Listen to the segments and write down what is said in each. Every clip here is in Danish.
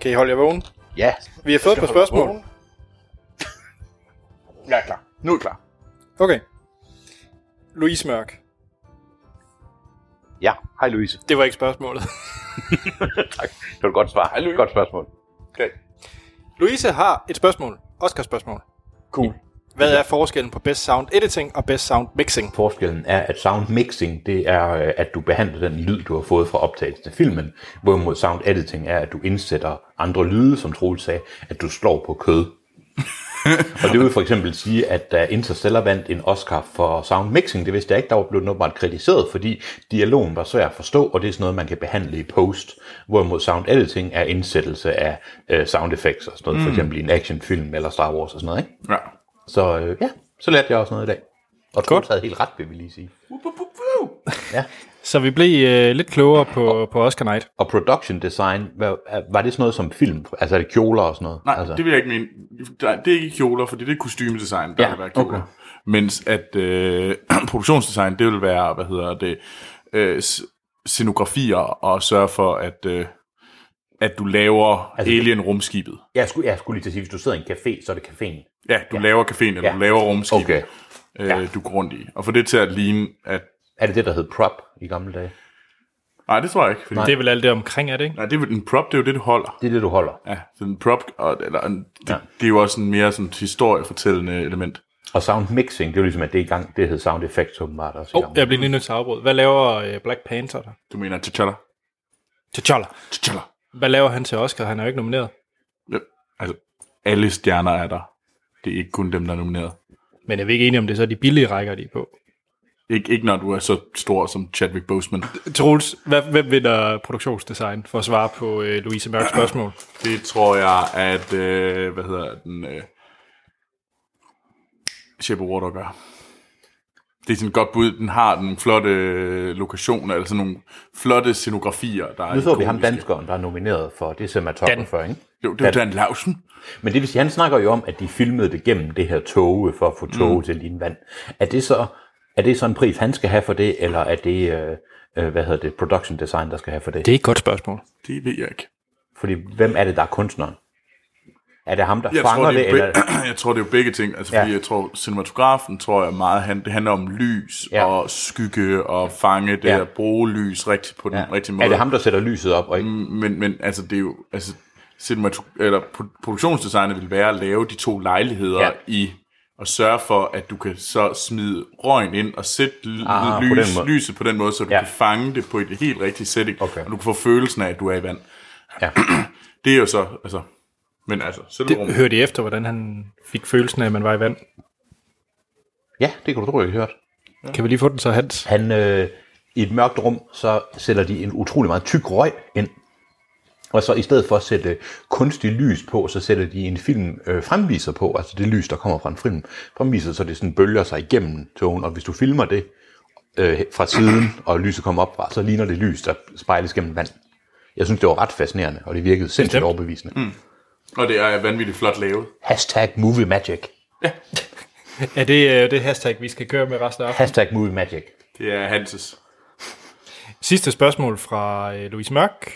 Kan I holde jer vågen? Ja, Vi har fået et par spørgsmål. jeg er klar. Nu er jeg klar. Okay. Louise Mørk. Ja, hej Louise. Det var ikke spørgsmålet. Tak. Det var et godt svar. Hej, Louise. Godt spørgsmål. Okay. Louise har et spørgsmål. Oscar spørgsmål. Cool. Hvad er forskellen på best sound editing og best sound mixing? Forskellen er, at sound mixing, det er, øh, at du behandler den lyd, du har fået fra optagelsen af filmen, hvorimod sound editing er, at du indsætter andre lyde, som Troels sagde, at du slår på kød. og det vil for eksempel sige, at da Interstellar vandt en Oscar for sound mixing, det vidste jeg ikke, der var blevet noget kritiseret, fordi dialogen var svær at forstå, og det er sådan noget, man kan behandle i post, hvorimod sound editing er indsættelse af øh, sound effects og sådan noget, mm. for eksempel i en actionfilm eller Star Wars og sådan noget, ikke? Ja. Så øh, ja, så lærte jeg også noget i dag. Og Troels havde helt ret, vil vi lige sige. Så vi blev øh, lidt klogere på, på Oscar Night. Og production design, hvad, var det sådan noget som film? Altså er det kjoler og sådan noget? Nej, altså, altså. det vil jeg ikke mene. Der- Det er ikke kjoler, fordi det er kostymedesign, der Ja, ja, vil være kjoler. okay. Okay. Mens at øh, produktionsdesign, det vil være, hvad hedder det, øh, s- scenografier og sørge for, at, øh, at du laver Altså- altså, alien-rumskibet. jeg, skulle, jeg skulle lige til at sige, hvis du sidder i en café, så er det caféen. Ja, du ja. laver caféen, eller Ja. ja. du laver rumskibet, Okay. okay. øh, du går rundt i. Og for det til at ligne, at... Er det det, der hed prop i gamle dage? Nej, det tror jeg ikke. Fordi, Det er vel alt det omkring, er det ikke? nej, det er, vel- en prop, det er jo det, du holder. Det er det, du holder. Ja, så en prop, og, eller, en, det, Ja. ja. det er jo også en mere sådan, historiefortællende element. Og sound mixing, det er jo ligesom, at det er i gang, det hed sound effects åbenbart også. i Åh, oh, gamle jeg bliver lige nødt til at afbryde. Hvad laver øh, Black Panther der? Du mener T'Challa? T'Challa. T'Challa. Hvad laver han til Oscar? Han er jo ikke nomineret. Ja, altså, alle stjerner er der. Det er ikke kun dem, der er nomineret. Men jeg er ikke enig om det, er så de billige rækker de er på. Ikke, ikke når du er så stor som Chadwick Boseman. Troels, hvad, hvem vinder produktionsdesign for at svare på øh, Louise Mørks spørgsmål? Det tror jeg, at... Øh, hvad hedder den? Øh, Shape of Water gør. Det er sådan et godt bud. Den har nogle flotte øh, lokationer, eller sådan nogle flotte scenografier, der er Nu så vi ham ikoniske. danskeren, der er nomineret for det cinematographer, ikke? Jo, det er Dan Lausen. Men det vil sige, han snakker jo om, at de filmede det gennem det her toge, for at få toge mm. til din vand. Er det, så, er det så en pris, han skal have for det, eller er det, øh, øh, hvad hedder det, production design, der skal have for det? Det er et godt spørgsmål. Det ved jeg ikke. Fordi hvem er det, der er kunstneren? Er det ham, der Jeg fanger tror, det, det er eller... be- jeg tror, det er jo begge ting. Altså, Ja. ja. fordi jeg tror, cinematografen tror jeg meget, han, det handler om lys Ja. ja. og skygge og fange det Ja. ja. og bruge lys rigtigt på den ja. rigtige måde. Er det ham, der sætter lyset op? Og ikke... Men, men altså, det er jo, altså, cinematog- eller pro- produktionsdesignet vil være at lave de to lejligheder Ja. ja. i og sørge for, at du kan så smide røgen ind og sætte l- Ah, på den lys, måde. lyset på den måde, så du Ja. ja. kan fange det på et helt rigtigt setting, Okay. og du kan få følelsen af, at du er i vand. Ja. Det er jo så, altså, men altså, selvom Det, hørte I efter, hvordan han fik følelsen af, at man var i vand? ja, det kan du tro, jeg har hørt. Kan vi lige få den så, Hans? Han, øh, I et mørkt rum, så sætter de en utrolig meget tyk røg ind. Og så i stedet for at sætte øh, kunstig lys på, så sætter de en film øh, fremviser på, altså det lys, der kommer fra en film fremviser, så det sådan bølger sig igennem togen, og hvis du filmer det øh, fra siden, og lyset kommer op fra, så ligner det lys, der spejles gennem vand. Jeg synes, det var ret fascinerende, og det virkede sindssygt Bestemt. overbevisende. Mm. Og det er vanvittigt flot lavet. Hashtag movie magic. Er det øh, det hashtag, vi skal køre med resten af aftenen? Hashtag movie magic. Det er Hanses. Sidste spørgsmål fra øh, Louise Mørk.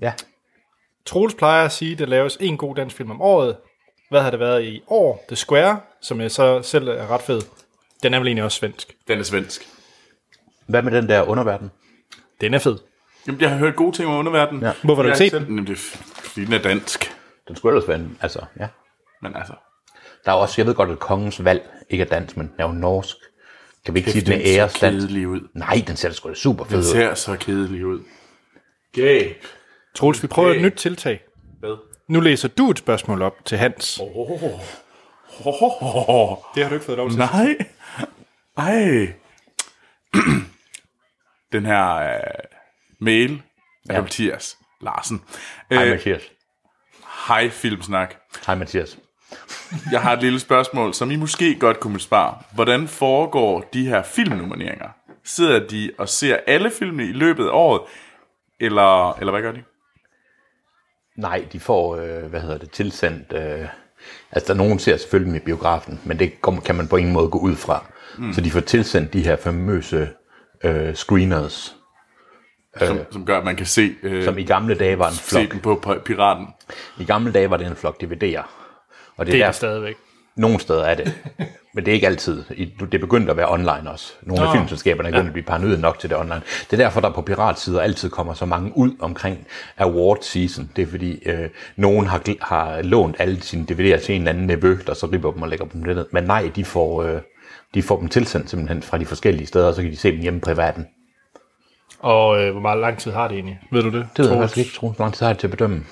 Ja. Troels plejer at sige, at der laves en god dansk film om året. Hvad har det været i år? The Square, som jeg så selv er ret fed. Den er vel egentlig også svensk. Den er svensk. Hvad med den der underverden? Den er fed. Jamen, jeg har hørt gode ting om underverdenen. Ja. Hvorfor har du ikke set den? Jamen, det er f- fordi den er dansk. Den skulle ellers være en, altså, ja. Men altså, Der er også, jeg ved godt, at kongens valg ikke er dansk, men er jo norsk. Kan vi ikke sige, den er ser æresdansk? kedelig ud. Nej, den ser da sgu da super fed Den ud. ser så kedelig ud. Gay. Troels, vi prøver Okay. et nyt tiltag. Hvad? Nu læser du et spørgsmål op til Hans. Oh, Det har du ikke fået lov nej. Ej. Den her øh, mail af Ja. ja. Mathias Larsen. Hej Øh, Mathias. Hej, Filmsnak. Hej Mathias. Jeg har et lille spørgsmål, som I måske godt kunne besvare. Hvordan foregår de her filmnomineringer? Sidder de og ser alle filmene i løbet af året? Eller, eller hvad gør de? Nej, de får, øh, hvad hedder det, tilsendt... Øh, altså, der er nogen ser selvfølgelig dem i biografen, men det kommer, kan man på ingen måde gå ud fra. Mm. Så de får tilsendt de her famøse øh, screeners, som, som gør, at man kan se, øh, som i gamle dage var en se flok. den på pi- piraten. I gamle dage var det en flok DVD'er. Og det, Det er det er der, stadigvæk. nogle steder er det. Men det er ikke altid. I- Det er begyndt at være online også. Nogle af filmselskaberne er begyndt at blive paranoide nok til det online. Det er derfor, der på piratsider altid kommer så mange ud omkring award season. Det er fordi, øh, nogen har, gl- har lånt alle sine DVD'er til en eller anden nevø, der så ripper dem og lægger dem ned. Men nej, de får, øh, de får dem tilsendt simpelthen fra de forskellige steder, og så kan de se dem hjemme privaten. Og øh, hvor meget lang tid har det egentlig? Ved du det? Det ved jeg Troels? faktisk ikke, Troels, hvor lang tid har jeg til at bedømme.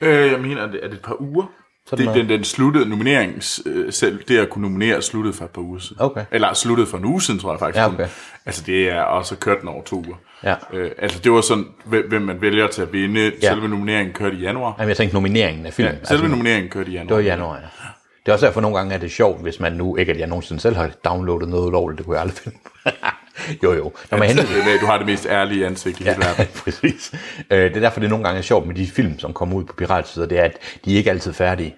Øh, jeg mener, er det, er det et par uger? Sådan det, noget. den, den sluttede nominerings, øh, selv det at kunne nominere sluttede for et par uger siden. Okay. Eller sluttede for en uge siden, tror jeg faktisk. Ja, kun. okay. Altså det er også kørt den over to uger. Ja. Øh, altså det var sådan, hvem hvem man vælger til at vinde. Ja. Selve nomineringen kørte i januar. Jamen, jeg tænkte nomineringen af Altså, filmen. Ja, selve nomineringen kørte i januar. Det var i januar, ja. Det er også derfor, nogle gange er det sjovt, hvis man nu, ikke at jeg nogensinde selv har downloadet noget ulovligt, det kunne jeg aldrig finde. jo, jo. Når man henter Det er med, at Du har det mest ærlige ansigt i hele verden. Ja, præcis. Øh, Det er derfor, det nogle gange er sjovt med de film, som kommer ud på piratsider, det er, at de er ikke altid færdige.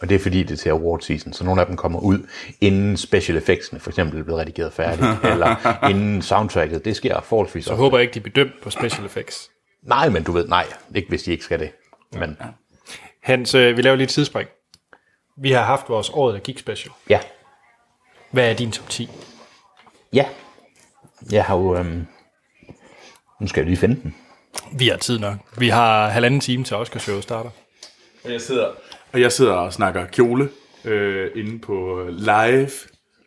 Og det er fordi, det er til award season, så nogle af dem kommer ud, inden special effectsene for eksempel er blevet redigeret færdigt, eller inden soundtracket. Det sker forholdsvis Jeg ofte. håber ikke, de bliver dømt på special effects. Nej, men du ved, nej. Ikke hvis de ikke skal det. Men Hans, øh, vi laver lige et tidsspring. Vi har haft vores året, der gik special. ja, Hvad er din top 10? ja. Jeg har jo... Øhm... Nu skal jeg lige finde den. Vi har tid nok. Vi har halvanden time til Oscarshowet starter. Og jeg sidder, og, jeg sidder og snakker kjole øh, inde på øh, live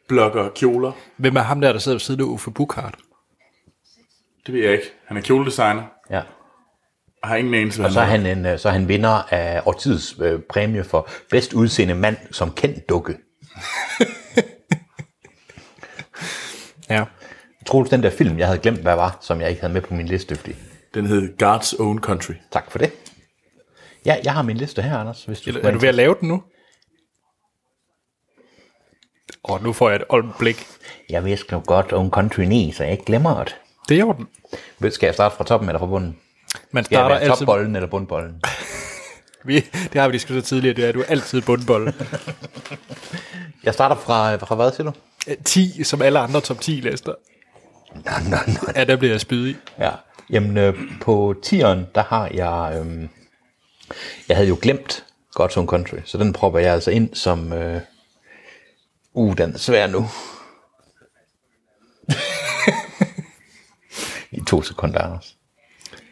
blogger kjoler. Hvem er ham der, der sidder ved siden af Uffe Bukhardt? Det ved jeg ikke. Han er kjoledesigner. Ja. Jeg har ingen anelse, hvad Så er han er. han, en, øh, så er han vinder af årtidets øh, præmie for bedst udseende mand som kendt dukke. Ja. Troels, den der film, jeg havde glemt, hvad var, som jeg ikke havde med på min liste, fordi... Den hed God's Own Country. Tak for det. Ja, jeg har min liste her, Anders, hvis du... Er du ved at lave den nu? Og nu får jeg et øjeblik. Jeg vidste jo godt om Country 9, så jeg ikke glemmer det. Det er i orden. Ved- Skal jeg starte fra toppen eller fra bunden? Man Skal jeg starter være altid... topbolden eller bundbolden? Vi, det har vi diskuteret tidligere, det er, at du er altid bundbold. Jeg starter fra, fra hvad, siger du? 10, som alle andre top 10 lister. Nej, nej, nej. Ja, der bliver jeg spydig. Ja. Jamen, øh, på 10'eren, der har jeg... Øh, jeg havde jo glemt God's Own Country, så den propper jeg altså ind som... Øh, uh, den er svær nu. I to sekunder, Anders.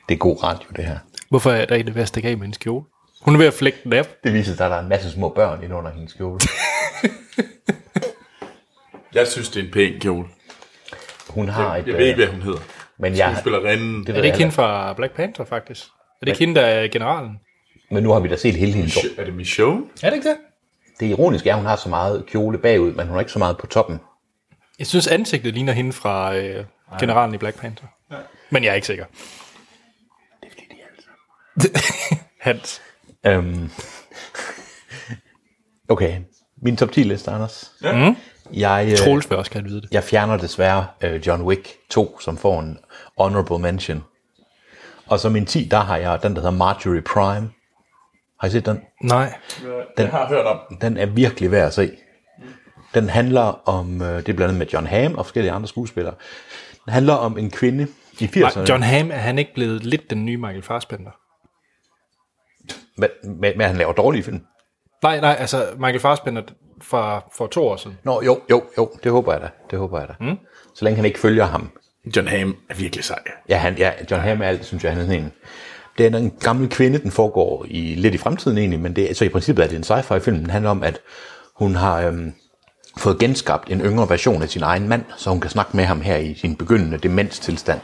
Det er god radio, det her. Hvorfor er der en, der stikke af med en skjole? Hun er ved at flække den af. Det viser sig, at der er en masse små børn inde under hendes skjole. Jeg synes, det er en pæn kjole. Hun har et... Jeg ved ikke, øh, hvad hun hedder. men, jeg, Skuespillerinden. det Er ved det ikke jeg, hende fra Black Panther, faktisk? Er det ikke hende, der er generalen? men nu har vi da set hele hendes år. Er det Michonne? Er det ikke det? Det ironiske er, at hun har så meget kjole bagud, men hun har ikke så meget på toppen. Jeg synes, ansigtet ligner hende fra øh, generalen i Black Panther. Ja. Men jeg er ikke sikker. Hans. Øhm. Okay, min top 10 liste, Anders. Ja. Jeg, øh, Mm. Troels vil også gerne vide det. jeg fjerner desværre øh, John Wick 2, som får en honorable mention. Og så min 10, der har jeg den, der hedder Marjorie Prime. Har I set den? Nej. Den har jeg hørt om. Den er virkelig værd at se. Den handler om, øh, det er blandt andet med John Hamm og forskellige andre skuespillere. Den handler om en kvinde i 80'erne. John Hamm, er han ikke blevet lidt den nye Michael Fassbender? Med, med, med, at han laver dårlige film. Nej, nej, altså Michael Fassbender fra, for to år siden. Nå, jo, jo, jo, det håber jeg da. Det håber jeg da. Mm. Så længe han ikke følger ham. John Hamm er virkelig sej. Ja, han, ja John Hamm er alt, synes jeg, han er sådan en. Det er en gammel kvinde, den foregår i, lidt i fremtiden egentlig, men det, er- så i princippet er det en sci-fi film. Den handler om, at hun har øhm, fået genskabt en yngre version af sin egen mand, så hun kan snakke med ham her i sin begyndende demenstilstand.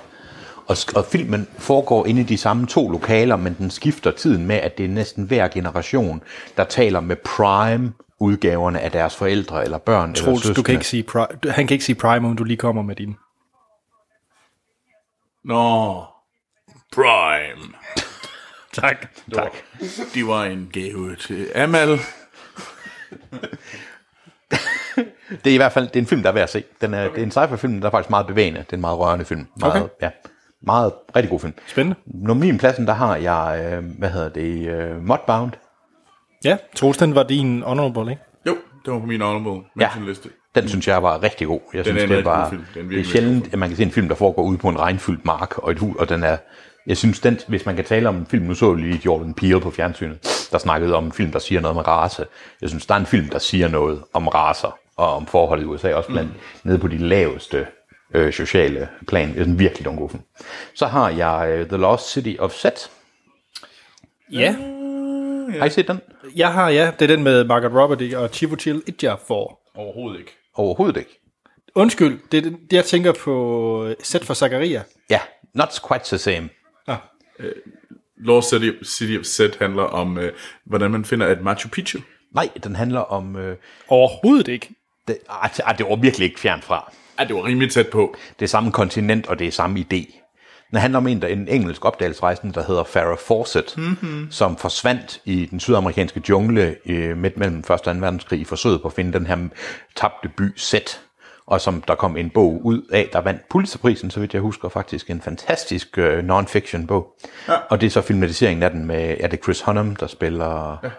Og, sk- og filmen foregår inde i de samme to lokaler, men den skifter tiden med, at det er næsten hver generation, der taler med prime-udgaverne af deres forældre eller børn. Troels, eller du kan søskende. ikke sige pri- du- han kan ikke sige Prime, om du lige kommer med din. Nå. Prime. Tak. Tak. De var en gave til Amal. Det er i hvert fald det er en film, der er værd at se. Den er, okay. Det er en sci-fi-film, der er faktisk meget bevægende. Det er en meget rørende film. Meget, okay. ja, meget rigtig god film. Spændende. Når min pladsen, der har jeg, øh, hvad hedder det, øh, Mudbound. Ja, Troels, den var din honorable, ikke? Jo, det var på min honorable Ja. mention liste. Den synes jeg var rigtig god. Jeg er synes, en det, rigtig god var, film. Det er en det er virkelig god sjældent, at man kan se en film, der foregår ude på en regnfyldt mark og et hus, og den er... Jeg synes, den, hvis man kan tale om en film, nu så jeg lige Jordan Peele på fjernsynet, der snakkede om en film, der siger noget om race. Jeg synes, der er en film, der siger noget om racer og om forholdet i USA, også blandt mm. nede på de laveste øh, sociale plan. Jeg synes virkelig, det var en god film. Så har jeg øh, The Lost City of Set. Ja, Har I set den? jeg har, ja. Det er den med Margaret Robbie og Chiwetel Ejiofor. Overhovedet ikke. Overhovedet ikke. Undskyld, det er det, jeg tænker på øh, Sæt for Ah. Zakaria. Ja, not quite the same. Lost City, City of Set handler om, øh, hvordan man finder et Machu Picchu. Nej, den handler om... Øh, Overhovedet ikke. det, ah, det- ah, det var virkelig ikke fjernt fra. Ja, det var rimelig tæt på. Det er samme kontinent, og det er samme idé. Den handler om en, der, en engelsk opdagelsesrejsende, der hedder Farrah Fawcett, mm-hmm. som forsvandt i den sydamerikanske jungle øh, midt mellem 1. og 2. verdenskrig i forsøget på at finde den her tabte by Set, og som der kom en bog ud af, der vandt Pulitzerprisen, så vidt jeg husker faktisk, en fantastisk øh, non-fiction bog. Ja. Og det er så filmatiseringen af den med, er det Chris Hunnam, der spiller, ja.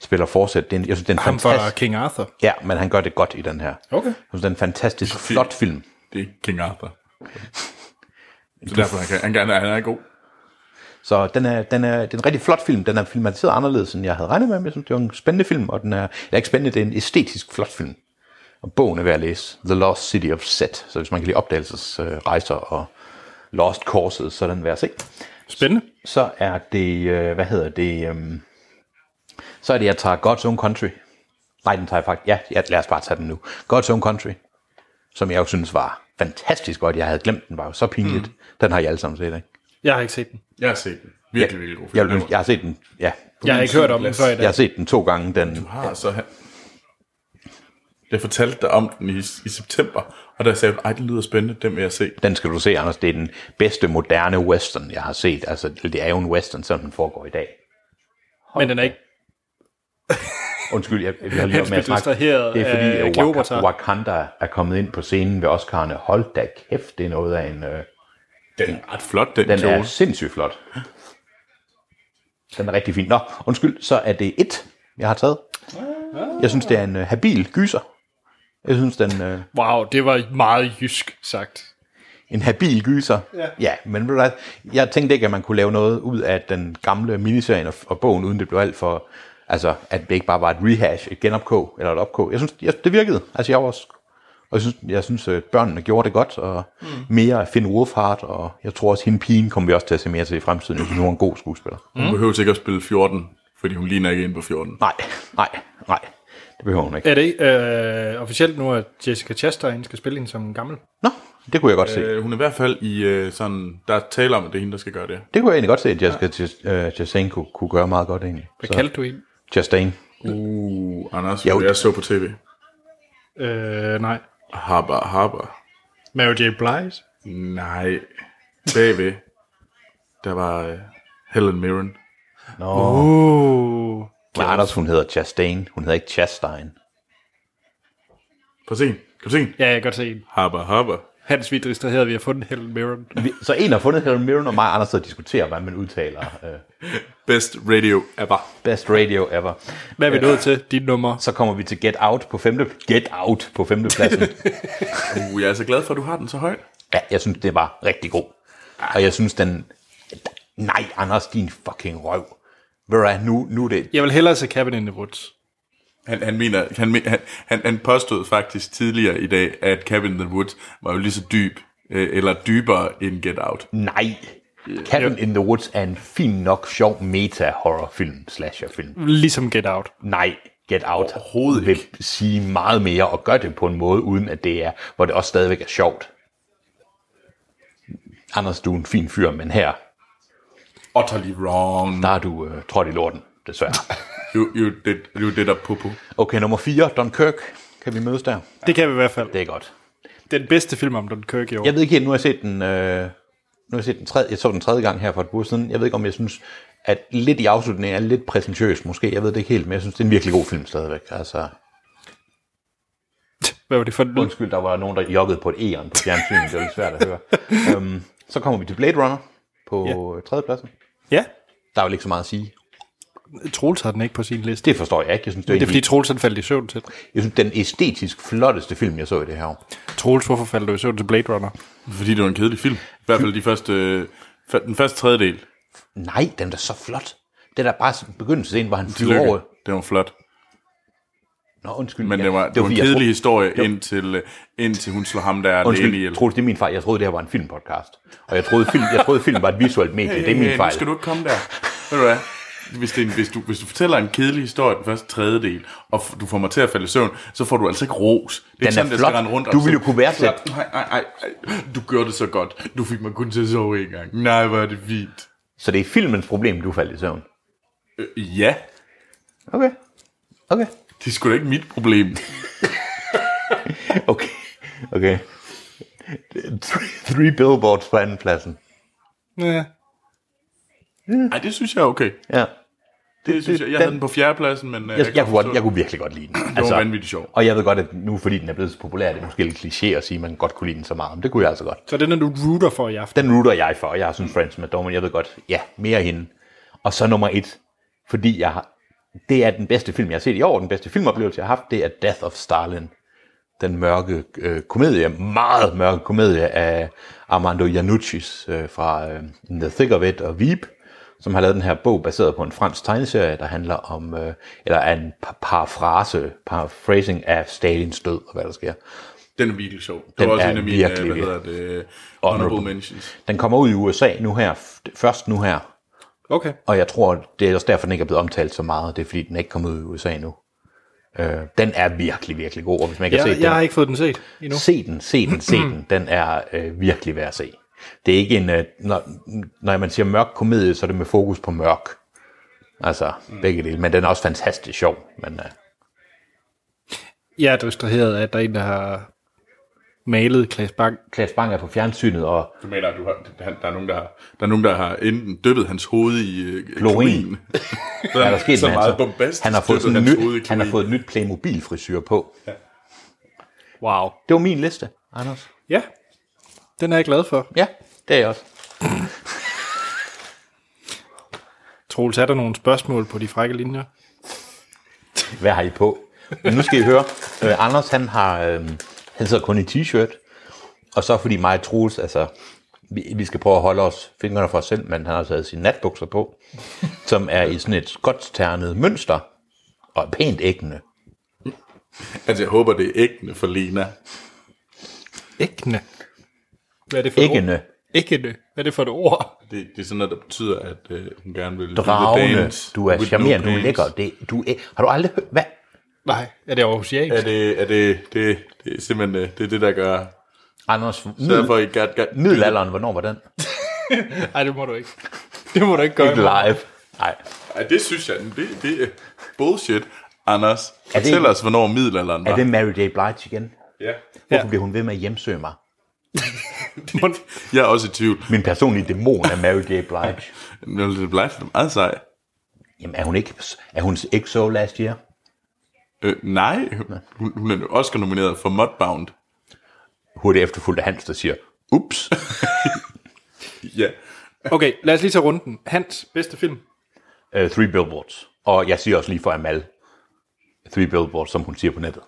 spiller Fawcett. Det er en, jeg synes, det er en Ham fra fantastisk... King Arthur. Ja, men han gør det godt i den her. Okay. Jeg synes, det er en fantastisk Fint. flot film. Det er King Arthur. Så derfor han, kan, han, kan, han er god. Så den er, den er, det er en rigtig flot film. Den er filmatiseret anderledes, end jeg havde regnet med. Men jeg synes, det var en spændende film, og den er, det er ikke spændende, det er en æstetisk flot film. Og bogen er ved at læse. The Lost City of Set. Så hvis man kan lide opdagelsesrejser og Lost Courses, så er den værd at se. Spændende. Så er det, øh, hvad hedder det, øhm, så er det, jeg tager God's Own Country. Nej, den tager jeg faktisk, ja, ja, lad os bare tage den nu. God's Own Country, som jeg jo synes var fantastisk godt. Jeg havde glemt den, var jo så pinligt. Mm. Den har jeg alle sammen set, ikke? Jeg har ikke set den. Jeg har set den. Virkelig, virkelig god film. Jeg, jeg, jeg har set den, ja. Jeg har ikke hørt om den før i dag. Jeg har set den to gange. Den, har så han... Jeg fortalte dig om den i, i september, og der sagde du, ej, den lyder spændende, den vil jeg se. den skal du se, Anders. Det er den bedste moderne western, jeg har set. Altså, det er jo en western, som den foregår i dag. Men den er ikke... Undskyld, jeg, jeg har lige Hans op med blev at snakke. distraheret Det er fordi, af at Kleopatra. Wak- Wakanda er kommet ind på scenen ved Oscar'erne. Hold da kæft, det er noget af en... Øh, Den er ret flot, den, den kjole. er sindssygt flot. Den er rigtig fin. Nå, undskyld, så er det et, jeg har taget. Jeg synes, det er en øh, habil gyser. Jeg synes, den... Øh, Wow, det var meget jysk sagt. En habil gyser. Ja. ja men ved du hvad, jeg tænkte ikke, at man kunne lave noget ud af den gamle miniserien og, og bogen, uden det blev alt for... Altså, at det ikke bare var et rehash, et genopkog eller et opkog. Jeg synes, jeg, det virkede. Altså, jeg var også... Og jeg synes, jeg synes at børnene gjorde det godt, og mm. mere af Finn Wolfhard, og jeg tror også, hende pigen kommer vi også til at se mere til i fremtiden, hvis hun er en god skuespiller. Hun behøver sikkert at spille 14, fordi hun ligner ikke ind på 14. Nej, nej, nej. Det behøver hun ikke. Er det ikke øh, officielt nu, at Jessica Chastain skal spille hende som en gammel? Nå, det kunne jeg godt se. Øh, hun er i hvert fald i øh, sådan, der er tale om, at det er hende, der skal gøre det. Det kunne jeg egentlig godt se, at Jessica ja. Chastain kunne, kunne gøre meget godt egentlig. Hvad Så- kaldte du hende? Chastain. Uh, Anders, Jo. jo. jeg så på tv. Øh, nej. Harper, Harper. Mary J. Blige? Nej. Bagved, der var øh, Helen Mirren. Nå. Uh. Men Anders, hun hedder Chastain. Hun hedder ikke Chastain. Prøv at se hende. Kan du se hende? Ja, jeg kan godt se hende. Harper, Harper. Hans, vi er distraheret, vi har fundet Helen Mirren. Vi- Så en har fundet Helen Mirren, og mig og Anders sidder og diskuterer, hvordan man udtaler øh, Best radio ever. best radio ever. Hvad er vi nået til? Dit nummer. Så kommer vi til Get Out på femte, Get Out på femte pladsen. Uh, jeg er så glad for, at du har den så højt. ja, jeg synes, det var rigtig god. Og jeg synes, den... Nej, Anders, din fucking røv. Ved du hvad, nu, nu er det... Jeg vil hellere se Cabin in the Woods. Han, han, mener, han, men- han, han, han påstod faktisk tidligere i dag, at Cabin in the Woods var jo lige så dyb, øh, eller dybere end Get Out. Nej. Cabin in the Woods er en fin nok, sjov meta-horrorfilm, slasherfilm. Ligesom Get Out. nej, Get Out Overhovedet vil sige meget mere og gøre det på en måde, uden at det er, hvor det også stadigvæk er sjovt. Anders, du er en fin fyr, men her, Utterly wrong. der er du øh, trådt i lorten, desværre. You, you, did, you did a popo. Okay, nummer 4, Dunkirk. Kan vi mødes der? Det kan vi i hvert fald. Det er godt. Den bedste film om Dunkirk i år. Jeg ved ikke helt, nu har jeg set den, øh, nu har jeg set den tredje, jeg så den tredje gang her for et par uger siden. Jeg ved ikke, om jeg synes, at lidt i afslutningen er lidt præsentøs måske. Jeg ved det ikke helt, men jeg synes, det er en virkelig god film stadigvæk. Altså, Hvad var det for en lyd? Undskyld, der var nogen, der joggede på et E'eren på fjernsynet. Det var lidt svært at høre. øhm, så kommer vi til Blade Runner på ja. tredjepladsen. Ja. Der er jo ikke så meget at sige. Troels har den ikke på sin liste. Det forstår jeg ikke. Jeg synes, det er, Det er fordi fordi... Troels han faldt i søvn til. jeg synes, den æstetisk flotteste film, jeg så i det her år. Troels, hvorfor faldt du i søvn til Blade Runner? Fordi det var en kedelig film. I hvert fald de første, øh, fa- den første tredjedel. Nej, den er da så flot. Det er da bare begyndelsen, hvor han flyver over. Tillykke. Den var flot. Nå, undskyld. Men ja. det var, det var fordi, en jeg kedelig troede- historie, indtil, øh, indtil hun slår ham der alene Undskyld, ihjel. troede, det er min fejl. Jeg troede, det her var en filmpodcast. Og jeg troede, film, jeg troede film var et visuelt medie. det er min Øh, Nu fejl. skal du ikke komme der. Ved du hvad? Hvis, det er en, hvis, du, hvis du fortæller en kedelig historie den første tredjedel, og f- du får mig til at falde i søvn, så får du altså ikke ros. Det er ikke er sådan, det flot. skal rende rundt og Du ville sige, jo kunne værdsætte- Nej, nej, nej, nej. Du gjorde det så godt. Du fik mig kun til at sove en gang. Nej, hvor er det fint. Så det er filmens problem, du faldt i søvn. Øh, ja, Okay. Okay. det er sgu da ikke mit problem. Okay. Okay. Three billboards på andenpladsen. Ja. Nej, det synes jeg er okay. Ja. Det det- synes jeg. Jeg den- havde den på fjerdepladsen, men øh, Jeg, jeg, kan kunne, forstå- godt, jeg kunne virkelig godt lide den. Altså, det var vanvittigt sjovt. Og jeg ved godt, at nu fordi den er blevet så populær, er det måske lidt kliché at sige, at man godt kunne lide den så meget. Men det kunne jeg altså godt. Så den er du rooter for i aften. Den rutter jeg for, og jeg har sådan Friends med Dorman, jeg ved godt, ja, mere hende. Og så nummer et, fordi jeg har, det er den bedste film, jeg har set i år, den bedste filmoplevelse, jeg har haft, det er Death of Stalin. Den mørke øh, komedie, meget mørke komedie af Armando Iannucci's øh, fra øh, In The Thick of It og Veep, som har lavet den her bog baseret på en fransk tegneserie, der handler om, øh, eller er en pa- paraphrase, paraphrasing af Stalins død og hvad der sker. Den er virkelig sjov. Det Den var også er en af mine, øh, virkelig, hvad hedder det, øh, Honorable. honorable mentions. Den kommer ud i USA nu her, f- først nu her, Okay. Og jeg tror, det er også derfor, den ikke er blevet omtalt så meget. Det er, fordi den er ikke kommet ud i USA endnu. Øh, den er virkelig, virkelig god, og hvis man ikke har Jeg, set jeg har den, ikke fået den set endnu. se den, se den, se den. Den er øh, virkelig værd at se. Det er ikke en... Øh, når, når man siger mørk komedie, så er det med fokus på mørk. Altså, mm. begge dele. Men den er også fantastisk sjov. Men, øh, Jeg er distraheret af, at der er en, der har malet Klaas Bang. Klaas Bang er på fjernsynet, og Du mener, at du har, han- der, er nogen, der, har, der er nogen, der har enten dyppet hans hoved i øh, Klorin. så hvad er der sket så med meget ham? bombastisk han har fået, dyppet sådan hans hoved i nyt, han har klorin. fået et nyt Playmobil-frisyr på. Wow. Det var min liste, Anders. Ja, den er jeg glad for. Ja, det er jeg også. Troels, er der nogle spørgsmål på de frække linjer? Hvad har I på? Men nu skal I høre, øh, Anders han har, øh, han sidder kun i t-shirt, og så fordi mig og Troels, altså, vi, vi skal prøve at holde os fingrene for os selv, men han har taget sine natbukser på, som er i sådan et skotsternet mønster, og er pænt æggende. Altså, jeg håber, det er æggende for Lena. Æggene. Hvad er det for et ord? Æggende, Æggene. Hvad er det for et ord? Det, det er sådan noget, der betyder, at øh, hun gerne vil... do the dragende, dance du er with no charmerende, du er pants. lækker, det, du er, har du aldrig hørt, hvad? Nej, er det aarhusiansk? Er det, er det, det, det er simpelthen øh, det, er det, der gør... Anders, Derfor middel, I got, got, middelalderen, hvornår var den? Nej, det må du ikke. Det må du ikke gøre. Ikke live. Nej, Ej, det synes jeg, det, det er bullshit, Anders. det- Fortæl os, hvornår middelalderen var. er det Mary J. Blige igen? Ja. Hvorfor bliver hun ved med at hjemsøge mig? Jeg er også i tvivl. Min personlige dæmon er Mary J. Blige. Men det er meget sej. Jamen, er hun ikke, er hun ikke så last year? Øh, nej, hun, hun er jo Oscar-nomineret for Mudbound. Hurtigt efterfulgt af Hans, der siger, ups. Ja. Okay, lad os lige tage runden. Hans bedste film. uh, three billboards. Og jeg siger også lige for Amal, three billboards, som hun siger på nettet.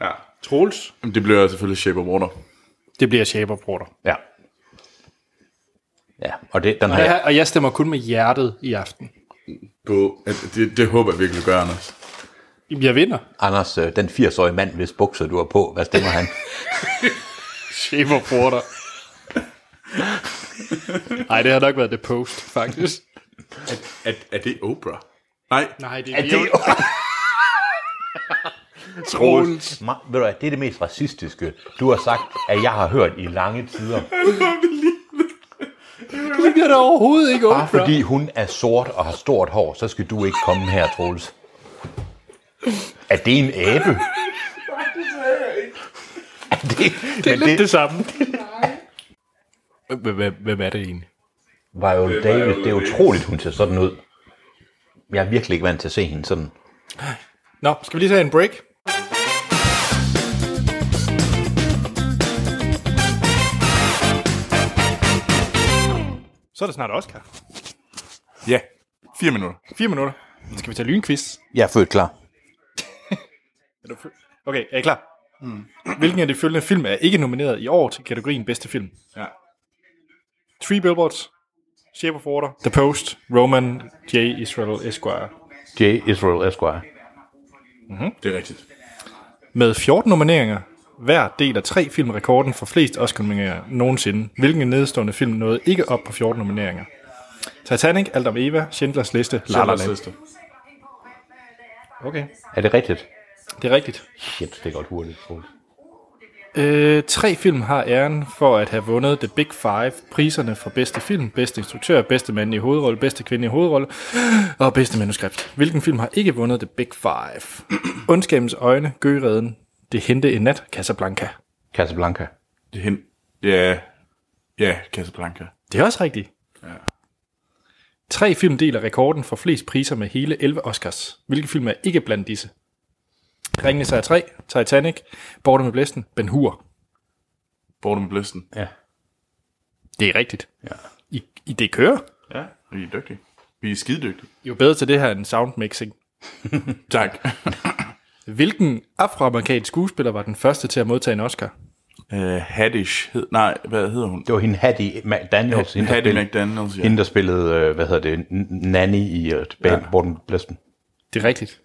ja. Troels. Jamen, Det bliver selvfølgelig Shape of Water. Det bliver Shape of Water. Ja. Ja, og det, den har jeg, Ja. Og jeg stemmer kun med hjertet i aften. På, det, det håber jeg virkelig du gør, Anders. Jamen, Jeg vinder. Anders, øh, den 80-årige mand, hvis bukser du har på, hvad stemmer han? Shape of Water. Nej, det har nok været The Post, faktisk. Er, er det Oprah? Nej, Nej, det Er er, det- Viola. Troels. Ma, ved du hvad, det er det mest racistiske, du har sagt, at jeg har hørt i lange tider. Det bliver da overhovedet ikke Bare Oprah. fordi hun er sort og har stort hår, så skal du ikke komme her, Troels. Er det en abe? Er det, Det er men lidt det, samme. Hvem- hvem- Hvem er det egentlig? Viola Viola Davis, det er Davis. utroligt, hun ser sådan ud. Jeg er virkelig ikke vant til at se hende sådan. Nå, skal vi lige tage en break? Så er det snart Oscar. ja. Fire minutter. Fire minutter. Skal vi tage lynquiz? Jeg er født klar. Er du fø- okay, er I klar? Mm. Hvilken af de følgende film er ikke nomineret i år til kategorien bedste film? Ja. Three Billboards, Shape of Water, The Post, Roman J. Israel Esquire. J. Israel Esquire. Det er rigtigt. Med 14 nomineringer, hver del af tre filmrekorden for flest Oscar-nomineringer nogensinde. Hvilken nedstående film nåede ikke op på 14 nomineringer? Titanic, Alt om Eva, Schindlers Liste, La La Land. Liste. Okay, Er det rigtigt? det er rigtigt. Shit, det er godt hurtigt. Troels. Øh, tre film har æren for at have vundet The Big Five priserne for bedste film, bedste instruktør, bedste mand i hovedrolle, bedste kvinde i hovedrolle og bedste manuskript. Hvilken film har ikke vundet The Big Five? Ondskabens øjne, Gøreden, Det hente en nat, Casablanca. Casablanca. Det er hen. Ja. Ja, Casablanca. Det er også rigtigt. Ja. Tre film deler rekorden for flest priser med hele 11 Oscars. Hvilken film er ikke blandt disse? Ringene sig 3, Titanic, Borte med blæsten, Ben Hur. Borte med blæsten. Ja. Det er rigtigt. ja. I, I det kører. Ja, vi er dygtige. Vi er skide dygtige. Jo bedre til det her end soundmixing. Tak. Hvilken afroamerikansk skuespiller var den første til at modtage en Oscar? uh, Haddish hed... Nej, hvad hedder hun? Det var hende Hattie McDaniels, hende, der Hattie spillede, McDaniels, ja. hende, der spillede øh, hvad hedder det, n- Nanny i uh, tilbage ja. Borten Blæsten. Det er rigtigt.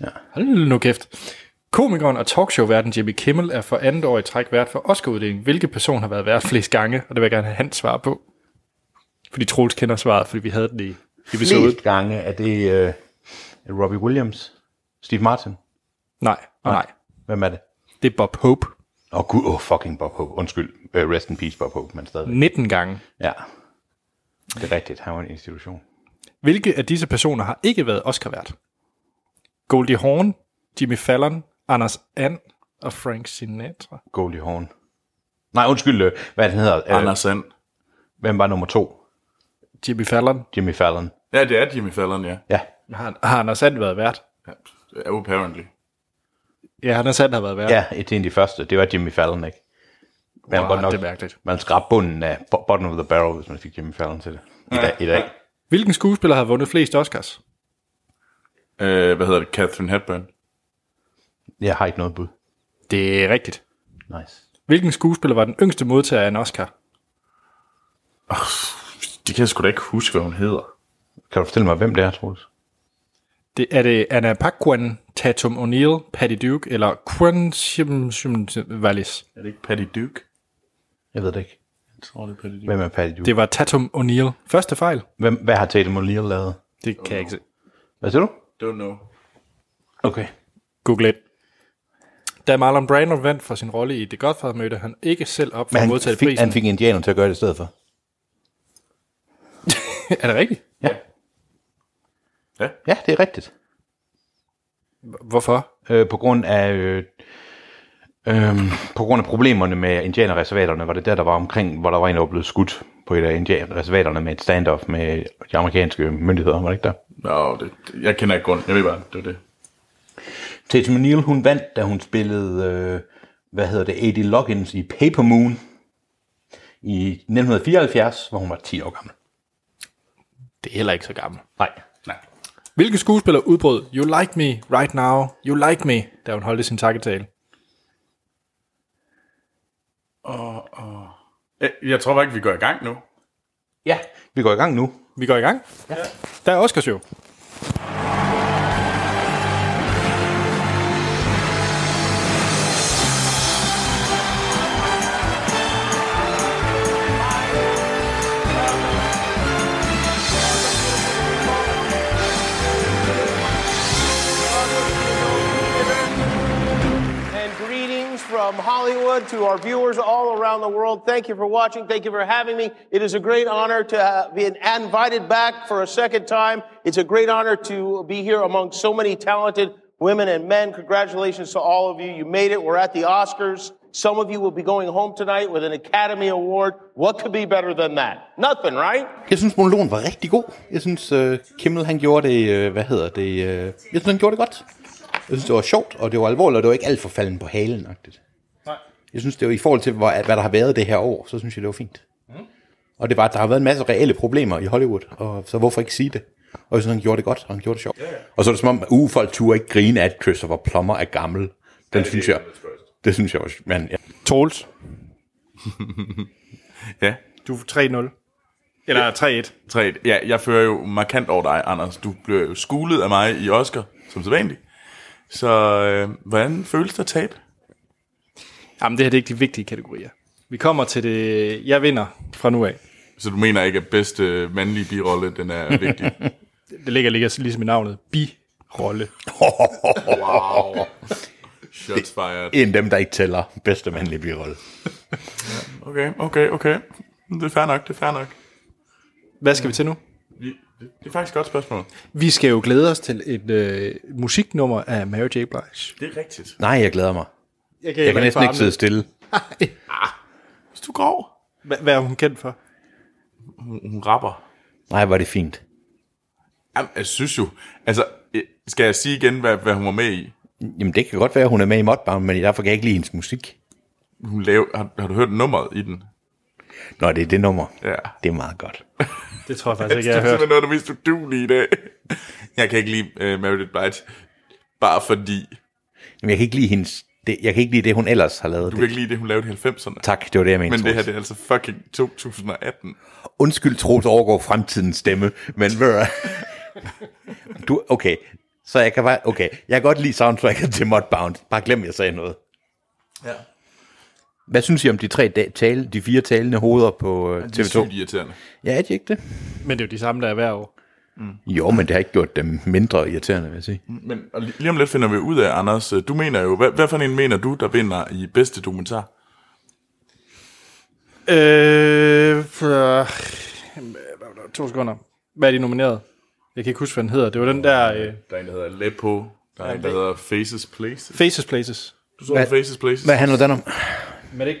Ja. Hold nu kæft. Komikeren og talkshow-verden Jimmy Kimmel er for andet år i træk vært for Oscar-uddelingen. Hvilken person har været vært flest gange? Og det vil jeg gerne have hans svar på. Fordi Troels kender svaret, fordi vi havde den i episoden. Flest gange er det øh, Robbie Williams, Steve Martin. Nej, og nej. Hvem er det? Det er Bob Hope. Åh oh, gud, oh, fucking Bob Hope. Undskyld, uh, rest in peace Bob Hope, men stadig. 19 gange. Ja, det er rigtigt. Han var en institution. Hvilke af disse personer har ikke været Oscar-vært? Goldie Hawn, Jimmy Fallon, Anders And og Frank Sinatra. Goldie Hawn. Nej, undskyld, øh, hvad den hedder. Øh, Anders Sand. Hvem var nummer to? Jimmy Fallon. Jimmy Fallon. Ja, det er Jimmy Fallon, ja. Ja, Har, har Anders Sand været vært? ja. Apparently. Ja, Anders Sand har været vært. ja et af de første. Det var Jimmy Fallon, ikke? Men han Wow, godt nok- det er mærkeligt. Man skrab bunden af bo- bottom of the barrel, hvis man fik Jimmy Fallon til det. I dag. I dag. Hvilken skuespiller har vundet flest Oscars? Uh, hvad hedder det? Catherine Hepburn. Jeg har ikke noget bud. Det er rigtigt. Nice. Hvilken skuespiller var den yngste modtager af en Oscar? Det kan jeg sgu da ikke huske, hvad hun hedder. Kan du fortælle mig, hvem det er, Troels? Det, er det Anna Paquin, Tatum O'Neill, Patty Duke eller Quentin Wallis? Er det ikke Patty Duke? Jeg ved det ikke. Jeg tror, det er Patty Duke. Hvem er Patty Duke? Det var Tatum O'Neill. Første fejl. Hvem, hvad har Tatum O'Neill lavet? Det kan jeg ikke se. Hvad siger du? Don't know. Okay. Google it. Da Marlon Brando vandt for sin rolle i The Godfather, mødte han ikke selv op for Men at han modtage fik, prisen. han fik indianer til at gøre det i stedet for. er det rigtigt? Ja. Ja. Ja, det er rigtigt. Hvorfor? Øh, på grund af... Øh, Øhm, på grund af problemerne med indianerreservaterne, var det der, der var omkring, hvor der var en, der var blevet skudt på et af indianerreservaterne med et standoff med de amerikanske myndigheder, var det ikke der? Nå, det, det- jeg kender ikke grunden. Jeg ved bare, det var det. Tatum O'Neill, hun vandt, da hun spillede, øh, hvad hedder det, A.D. Loggins i Paper Moon i 1974, hvor hun var 10 år gammel. Det er heller ikke så gammel. Nej. Nej. Hvilke skuespiller udbrød You like me right now, you like me, da hun holdte sin takketale? Jeg, jeg tror bare ikke, vi går i gang nu. Ja, vi går i gang nu. Vi går i gang. Ja. Der er Oscars jo. And greetings from Hollywood to our viewers all around the world. Thank you for watching. Thank you for having me. It is a great honor to uh, be invited back for a second time. It's a great honor to be here among so many talented women and men. Congratulations to all of you. You made it. We're at the Oscars. Some of you will be going home tonight with an Academy Award. What could be better than that? Nothing, right? Jeg synes, monologen var rigtig god. Jeg synes, uh, Kimmel, han gjorde det, uh, hvad hedder det, uh, jeg synes, han gjorde det godt. Jeg synes, det var sjovt, og det var alvorligt, og det var ikke alt for falden på halen. -agtigt. Jeg synes, det var i forhold til, hvor, at, hvad der har været det her år, Mhm. så synes jeg, det var fint. Og det var, at der har været en masse reelle problemer i Hollywood, og så hvorfor ikke sige det? Og jeg synes, han gjorde det godt, og han gjorde det sjovt. Yeah. Og så er det som om, uh, folk turde ikke grine af, at Christopher Plummer er gammel. Den ja, synes jeg, det synes jeg også. Men, ja. Tolls. Ja, Du er 3-0. Eller 3-1. 3 Ja, jeg fører jo markant over dig, Anders. Du blev jo skulet af mig i Oscar, som sædvanligt. Så øh, hvordan føles det at tabe? Jamen, det her det er ikke de vigtige kategorier. Vi kommer til det, jeg vinder fra nu af. Så du mener ikke, at bedste mandlige birolle, den er vigtig? Det ligger, ligger ligesom i navnet. Bi-rolle. wow. Shots fired. En af dem, der ikke tæller. Bedste mandlige birolle. Okay, okay, okay. Det er fair nok, det er fair nok. Hvad skal vi til nu? Vi- Det det er faktisk et godt spørgsmål. Vi skal jo glæde os til et øh, musiknummer af Mary J. Blige. Det er rigtigt. Nej, jeg glæder mig. Jeg Jeg kan næsten ikke sidde stille. Hvis du går, Hvad, hvad er hun kendt for? hun rapper. Nej, var det fint. Jamen, jeg synes jo, altså, øh, skal jeg sige igen, hvad, hvad hun var med i? Jamen, det kan godt være, hun er med i Modbound, men derfor kan jeg ikke lide hendes musik. Hun laver, har, har du hørt nummeret i den? Nå, det er det nummer. Ja. Det er meget godt. Det tror jeg faktisk ikke, Det jeg er har hørt. simpelthen noget af det mest udulige i dag. Jeg kan ikke lide uh, Meredith Blige, bare fordi. Jamen, jeg kan ikke lide hendes... Det, jeg kan ikke lide det, hun ellers har lavet. Du kan ikke lide det, hun lavede i 90'erne. Tak, det var det, jeg mente. Men det her, Troels. det er altså fucking 2018. Undskyld, Troels overgår fremtidens stemme, men ved du hvad? du, okay, så jeg kan bare, okay, jeg kan godt lide soundtracket til Mudbound. Bare glem, jeg sagde noget. Ja. Hvad synes I om de tre da- tale, de fire talende hoveder på øh, Det er sygt TV2? irriterende. Ja, er de ikke det? Men det er jo de samme, der er hver år. Jo, men det har ikke gjort dem mindre irriterende, vil jeg sige. Men og li- lige om lidt finder vi ud af, Anders, øh, du mener jo, hvad, hvad for en mener du, der vinder i bedste dokumentar? Øh, for, Øh, to sekunder. Hvad er de nomineret? Jeg kan ikke huske, hvad den hedder. Det var den der øh, Der er en, der hedder Lepo, der er en, der hedder Faces Places. Faces Places. Du så hvad, Faces Places? Hvad handler den om? Men det ikke...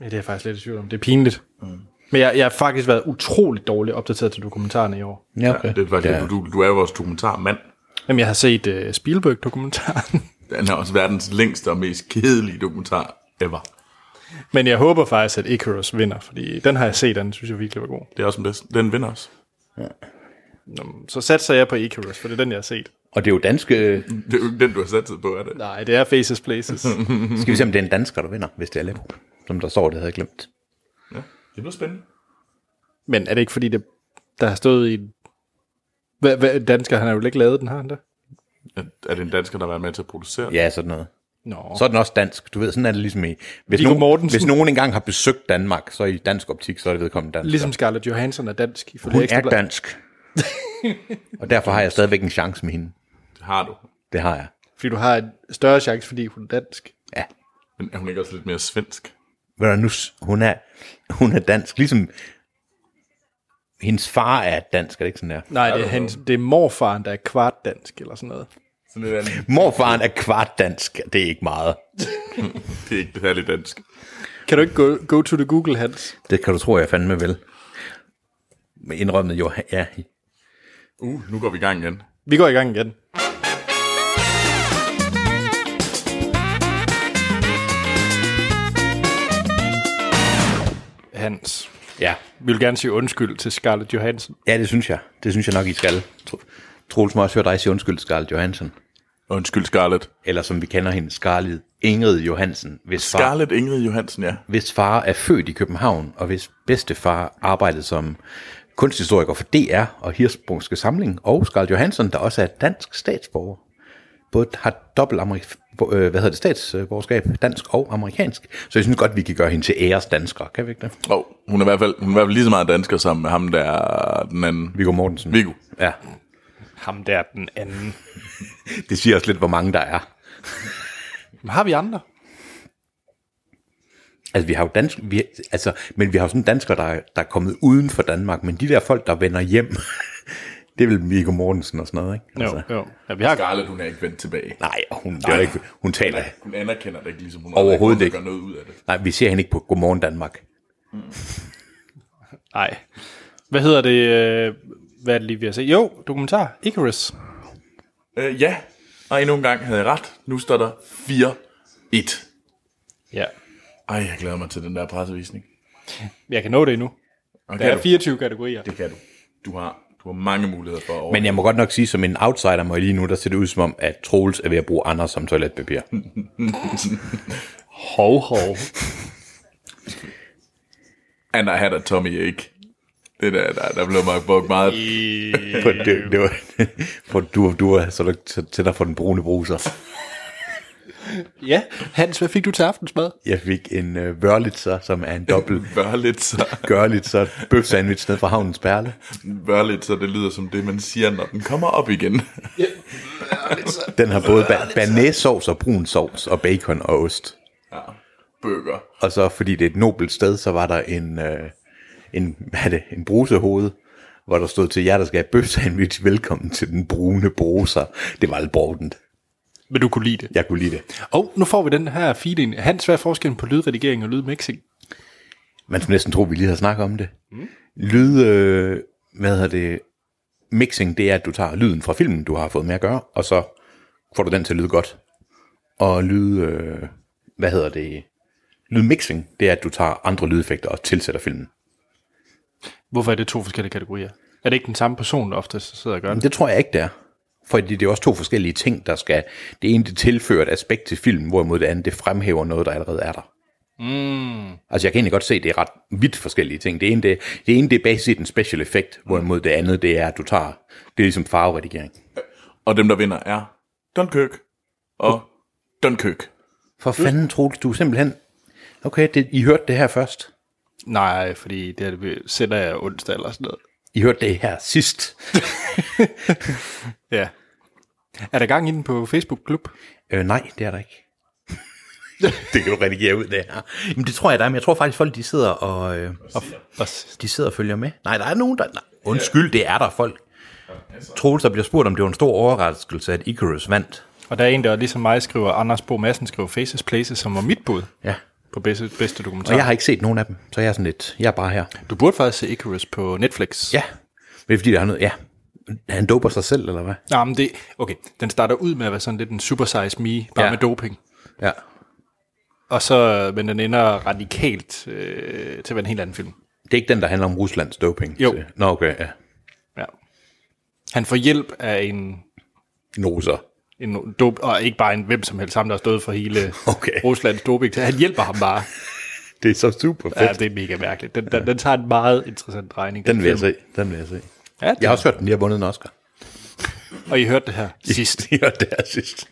Ja, det er jeg faktisk lidt i tvivl om. Det er pinligt. Mm. Men jeg, jeg har faktisk været utroligt dårligt opdateret til dokumentarerne i år. Ja, okay. Det er faktisk, Ja. ja. du, du er jo vores dokumentarmand. Jamen, jeg har set uh, Spielberg-dokumentaren. Den er også verdens længste og mest kedelige dokumentar ever. Men jeg håber faktisk, at Icarus vinder, fordi den har jeg set, og den synes jeg virkelig var god. Det er også den bedste. Den vinder også. Så satser jeg på Icarus, for det er den, jeg har set. Og det er jo danske... Mhm. Det er jo ikke den, du har sat på, er det? Nej, det er Faces Places. Skal vi se, om det er en dansker, der vinder, hvis det er Lepo. Som der står, det havde jeg glemt. Ja. Det bliver spændende. Men er det ikke fordi, det, der har stået i... Hvad, hvad, dansker, han har jo ikke lavet den, har han det? Er, er det en dansker, der har været med til at producere? Ja, sådan noget. Nå. Så er den også dansk. Du ved, sådan er det ligesom i... Hvis, Viggo nogen, Mortensen. hvis nogen engang har besøgt Danmark, så i dansk optik, så er det vedkommende dansk. Ligesom Scarlett Johansson er dansk. Ifølge Hun Ekstra er Bladet. dansk. og derfor har jeg stadigvæk en chance med hende. Det har du. Det har jeg. Fordi du har en større chance, fordi hun er dansk. Ja. Men er hun ikke også lidt mere svensk? Ved du, nu, s- hun, er, hun er dansk. Ligesom hendes far er dansk, er det ikke sådan der? Nej, det er, hans, det er morfaren, der er kvart dansk, eller sådan noget. Sådan lidt andet. Morfaren er kvart dansk. Det er ikke meget. Det er ikke særlig dansk. Kan du ikke go, go to the Google, Hans? Det kan du tro, jeg fandme vel. Men indrømmet jo, ja. Uh, nu går vi i gang igen. Vi går i gang igen. Hans, Ja, vi vil gerne sige undskyld til Scarlett Johansson. ja det synes jeg. Det synes jeg nok, I skal. Tro- Troels må også høre dig sige undskyld, Scarlett Johansen. Undskyld, Scarlett. Eller som vi kender hende, Scarlett Ingrid Johansen. Hvis far, Scarlett Ingrid Johansen, ja. hvis far er født i København, og hvis bedstefar arbejdede som kunsthistoriker for DR og Hirsbrugske Samling, og Scarlett Johansson, der også er dansk statsborger, både har dobbelt amerik- bo- øh, hvad hedder det, statsborgerskab, dansk og amerikansk. Så jeg synes godt, vi kan gøre hende til æresdansker, kan vi ikke det? Og oh, hun er i hvert fald, hun er i hvert fald lige så meget dansker som ham der den anden. Viggo Mortensen. Viggo. Ja, Ham der den anden. det siger også lidt, hvor mange der er. Men har vi andre? Altså, vi har jo dansk, vi, altså, men vi har jo sådan danskere, der, er- der er kommet uden for Danmark, men de der folk, der vender hjem, det er vel Viggo Mortensen og sådan noget, ikke? Altså, Jo, jo. Ja, vi har Scarlett, hun er ikke vendt tilbage. Nej, og hun, det er ikke, hun taler Hun anerkender det ikke, ligesom hun Overhovedet hun ikke. gør noget ud af det. Nej, vi ser hende ikke på Godmorgen Danmark. Nej. Hvad hedder det? øh, Hvad er det lige, vi har set? Jo, dokumentar. Icarus. Øh, ja, og endnu en gang havde jeg ret. Nu står der 4-1. Ja. Ej, jeg glæder mig til den der pressevisning. Jeg kan nå det endnu. Der Og kan er 24 kategorier. Det kan du. Du har, Du har mange muligheder for at over. Men jeg må godt nok sige, som en outsider mig lige nu, der ser det ud som om, at Troels er ved at bruge Anders som toiletpapir. Hov, hov. And I had a tummy ache. Det der, der, der blev mig brugt meget. For det, det var, for du, du er så til til dig for den brune bruser. ja, Hans, hvad fik du til aftensmad? Jeg fik en uh, Wörlitzer, som er en dobbelt Bør lidt så, Görlitzer bøfsandwich ned fra Havnens Perle. bør lidt så det lyder som det, man siger, når den kommer op igen. Den har både ba- banæssovs og brun sovs og bacon og ost. Ja. Bøger. Og så fordi det er et nobelt sted, så var der en, øh, en, hvad er det, en brusehoved, hvor der stod til jer, der skal have bøfsandwich, velkommen til den brune bruser. Det var lidt brovdent. Men du kunne lide det. Jeg kunne lide det. Og nu får vi den her feeling. Hans, hvad er forskellen på lydredigering og lydmixing? Man skulle næsten tro, vi lige havde snakket om det. Mm. Lyd, øh, hvad hedder det, mixing, det er, at du tager lyden fra filmen, du har fået med at gøre, og så får du den til at lyde godt. Og lyd, øh, hvad hedder det, lydmixing, det er, at du tager andre lydeffekter og tilsætter filmen. Hvorfor er det to forskellige kategorier? Er det ikke den samme person, der ofte sidder og gør Men det? Det tror jeg ikke, det er. Fordi det er også to forskellige ting, der skal... Det ene, det tilfører et aspekt til filmen, hvorimod det andet, det fremhæver noget, der allerede er der. Mm. Altså, jeg kan egentlig godt se, at det er ret vidt forskellige ting. Det ene, det, det, ene, det er baseret en special effekt, hvorimod det andet, det er, at du tager... Det er ligesom farveredigering. Og dem, der vinder, er Dunkirk og Dunkirk. For fanden, Troels, du er simpelthen... Okay, det, I hørte det her først. Nej, fordi det, her, det sender jeg onsdag eller sådan noget. I hørte det her sidst. Ja. Er der gang i den på Facebook-klub? Øh, nej, det er der ikke. det kan du redigere ud, det her. Jamen, det tror jeg, der er, men jeg tror faktisk, folk de sidder og... Øh, og Og De sidder og følger med. Nej, der er nogen, der... Nej. Undskyld, det er der folk. Troels, der bliver spurgt, om det var en stor overraskelse, at Icarus vandt. Og der er en, der ligesom mig skriver, Anders Bo Madsen skriver Faces Places, som var mit bud Ja. på bedste, bedste dokumentar. Og jeg har ikke set nogen af dem, så jeg er sådan lidt... Jeg er bare her. Du burde faktisk se Icarus på Netflix. Ja. Men det er fordi, der er noget... Ja. Han doper sig selv, eller hvad? Nå, men det, okay, den starter ud med at være sådan lidt en super size me, bare Ja. ja. med doping. Ja. Og så, øh, men den ender radikalt øh, til at være en helt anden film. Det er ikke den, der handler om Ruslands doping. Jo. Så- Nå, okay, ja. Ja. Han får hjælp af en, Noser. en dop, og ikke bare en hvem som helst, ham der har stået for hele Okay. Ruslands doping. Han hjælper ham bare. Det er så super fedt. Ja, det er mega mærkeligt. Den, den, den tager en meget interessant regning. Den vil jeg film. se. Den vil jeg se. Ja, det Jeg har også hørt, den lige har vundet en Oscar. Og I hørte det her sidst. Jeg hørte det her sidst.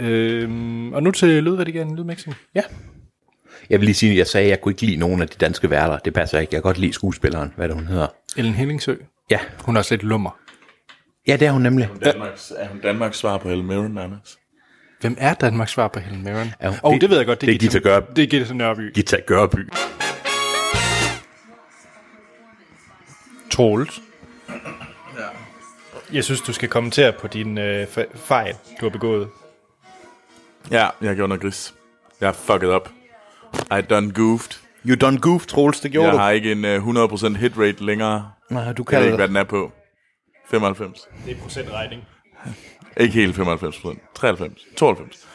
øhm, og nu til lydredigeringen, lydmixing. Ja. Jeg vil lige sige, at jeg sagde, at jeg kunne ikke lide nogen af de danske værter. Det passer ikke. Jeg kan godt lide skuespilleren, hvad det hun hedder. Ellen Hellingsø. Ja. Hun er også lidt lummer. Ja, det er hun nemlig. Danmarks, er hun Danmarks svar på Elmiron, Anders? Hvem er Danmarks svar på Helen Mirren? Ja, Åh, oh, det ved jeg godt. det er Gita Gørby. Det er Gita Nørby. Gita Gørby. Troels. Jeg synes, du skal kommentere på din øh, fe- fejl, du har begået. Ja, jeg gjorde noget gris. Jeg har fucket op. I done goofed. You done goof, Troels, det gjorde Jeg har ikke en øh, 100% hit rate længere. du. Nej, du Jeg ved kalder ikke, hvad det. den er på. 95. Det er procentregning. Ikke helt 95 93. 92.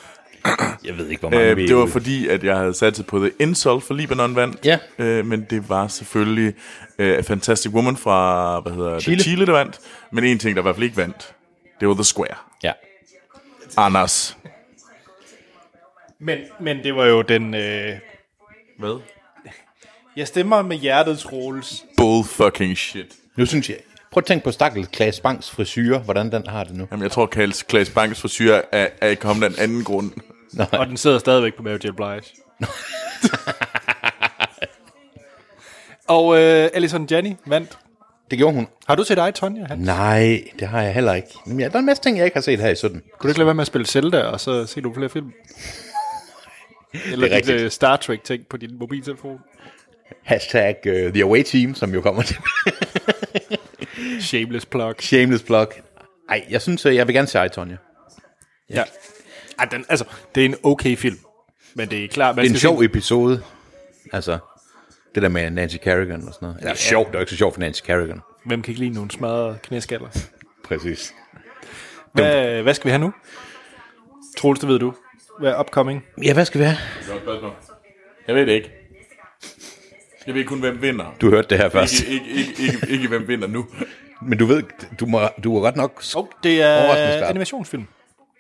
Jeg ved ikke, hvor Øh, vi det var fordi, at jeg havde satset på The Insult for Libanon vandt. Ja. Øh, men det var selvfølgelig øh, Fantastic Woman fra hvad hedder Chile. Chile. Det, Chile, der vandt. Men en ting, der i hvert fald ikke vandt, det var The Square. Ja. Anders. Men, men det var jo den... Øh... Hvad? Jeg stemmer med hjertet, Troels. Bull fucking shit. Nu synes jeg... Prøv at tænke på stakkels Klaas Bangs frisyre, hvordan den har det nu. Jamen, jeg tror, Klaas, Klaas Banks forsyre er, er kommet af en anden grund. Og den sidder stadigvæk på Mary J. Blige. Og øh, Alison Janney vandt. Det gjorde hun. Har du set dig, Tonja? Han? Nej, det har jeg heller ikke. Jamen, ja, der er en masse ting, jeg ikke har set her i 17. Kunne du ikke lade være med at spille Zelda, og så se nogle flere film? Eller Det er dit øh, Star Trek-ting på din mobiltelefon? Hashtag uh, The Away Team, som jo kommer til. Shameless plug. Shameless plug. Ej, jeg synes, øh, jeg vil gerne se Tonja. Ja. Ej, den, altså, det er en okay film. Men det er klart, man Det er en skal sjov episode. Altså, det der med Nancy Kerrigan og sådan noget. Eller, ja, sjov. Det er jo ikke så sjovt for Nancy Kerrigan. Se, hvem kan ikke lide nogle smadrede knæskaller? Præcis. Hvad, hvad skal vi have nu? Troels, det ved du. Hvad er upcoming? Ja, hvad skal vi have? Jeg ved det ikke. Jeg ved kun, hvem vinder. Du hørte det her først. Ikke, ikke, ikke, ikke, ikke, hvem vinder nu. Men du ved, du må, du er ret nok... Sk- Oh, det Overraskende er skarp. animationsfilm.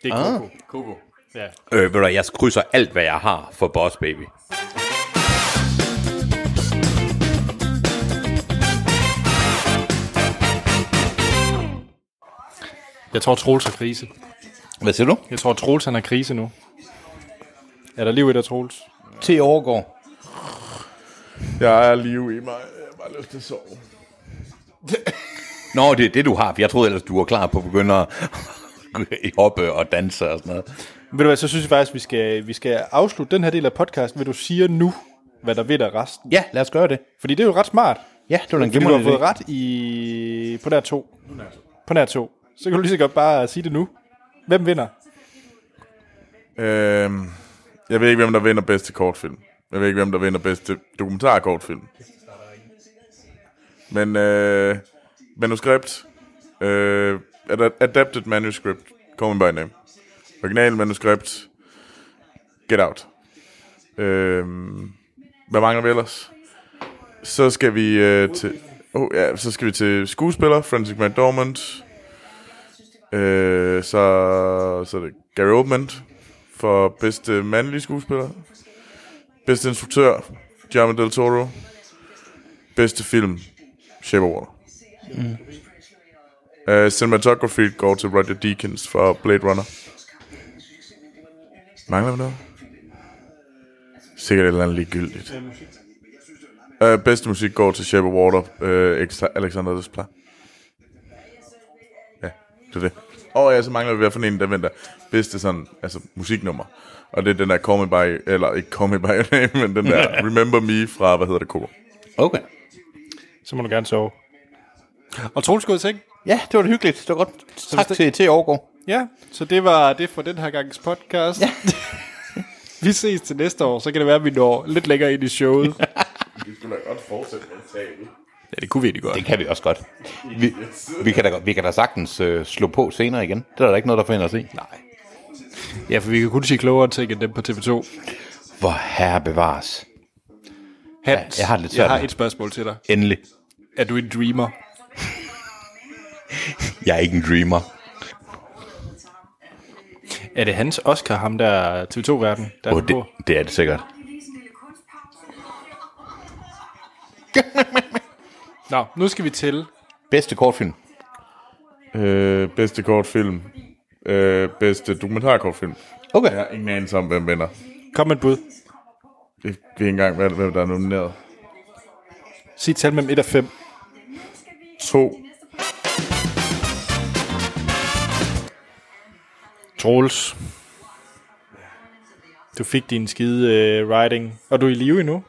Det er ah. Coco. Coco. Ja. Øh, ved du, hvad, jeg krydser alt, hvad jeg har for Boss Baby. Jeg tror, Troels har krise. Hvad siger du? Jeg tror, Troels han har krise nu. Er der liv i dig, Troels? Til overgår. Jeg er live i mig. Jeg har bare lyst til at sove. Nå, det er det, du har. for Jeg troede ellers, du var klar på at begynde at hoppe og danse og sådan noget. Ved du hvad, så synes jeg faktisk, vi skal, vi skal afslutte den her del af podcasten, ved du siger nu, hvad der ved dig resten. Ja, lad os gøre det. Fordi det er jo ret smart. Ja, det var da en Fordi du har glimrende fået idé. ret i... på nær to. På nær to. Så kan du lige så godt bare sige det nu. Hvem vinder? Øhm, jeg ved ikke, hvem der vinder bedste kortfilm. Jeg ved ikke, hvem der vinder bedste dokumentarkortfilm. Men øh, manuskript, øh, ad- adapted manuscript, Call Me By Name. Original manuskript, Get Out. Øh, hvad mangler vi ellers? Så skal vi øh, til... Oh, ja, så skal vi til skuespiller, Francis McDormand. Øh, så, så er det Gary Oldman for bedste mandlige skuespiller. Bedste instruktør, Guillermo del Toro. Bedste film, Shape of Water. Mm. Uh, cinematography går til Roger Deakins for Blade Runner. Mangler vi noget? Sikkert et eller andet ligegyldigt. Uh, bedste musik går til Shape of Water, uh, Alexander Desplat. Ja, det er det. Og ja, så mangler vi i hvert fald en, der venter bedste sådan, altså musiknummer. Og det er den der Call Me By, eller ikke Call Me By Your Name, men den der Remember Me fra, hvad hedder det, Coco. Okay. Så må du gerne sove. Og Troels går i seng. Ja, det var da hyggeligt. Det var godt. Tak til, til overgår. Ja, så det var det for den her gangs podcast. Ja. vi ses til næste år, så kan det være, at vi når lidt længere ind i showet. Det skulle da godt fortsætte med at tale. ja, det kunne vi egentlig godt. Det kan vi også godt. Vi, vi, kan, da, godt- vi kan da sagtens øh, slå på senere igen. Det er der ikke noget, der forhindrer os i. Nej. Ja, for vi kan kun sige klogere ting end dem på TV2. Hvor herre bevares. Hans, Ja, jeg har lidt jeg svært har med- et spørgsmål til dig. Endelig. Er du en dreamer? Jeg er ikke en dreamer. Er det hans Oscar, ham der TV2-verden? Der Åh, det, det er det sikkert. Nå, nu skal vi til. Bedste kortfilm. Øh, bedste kortfilm. Øh, bedste dokumentarkortfilm. Okay. Jeg har ingen anelse om, hvem vinder. Kom med et bud. Jeg ved ikke engang, hvad- hvem der er nomineret. Sig tal mellem 1 og 5. To. Trolls. Du fik din skide uh, riding. Og du er i live endnu?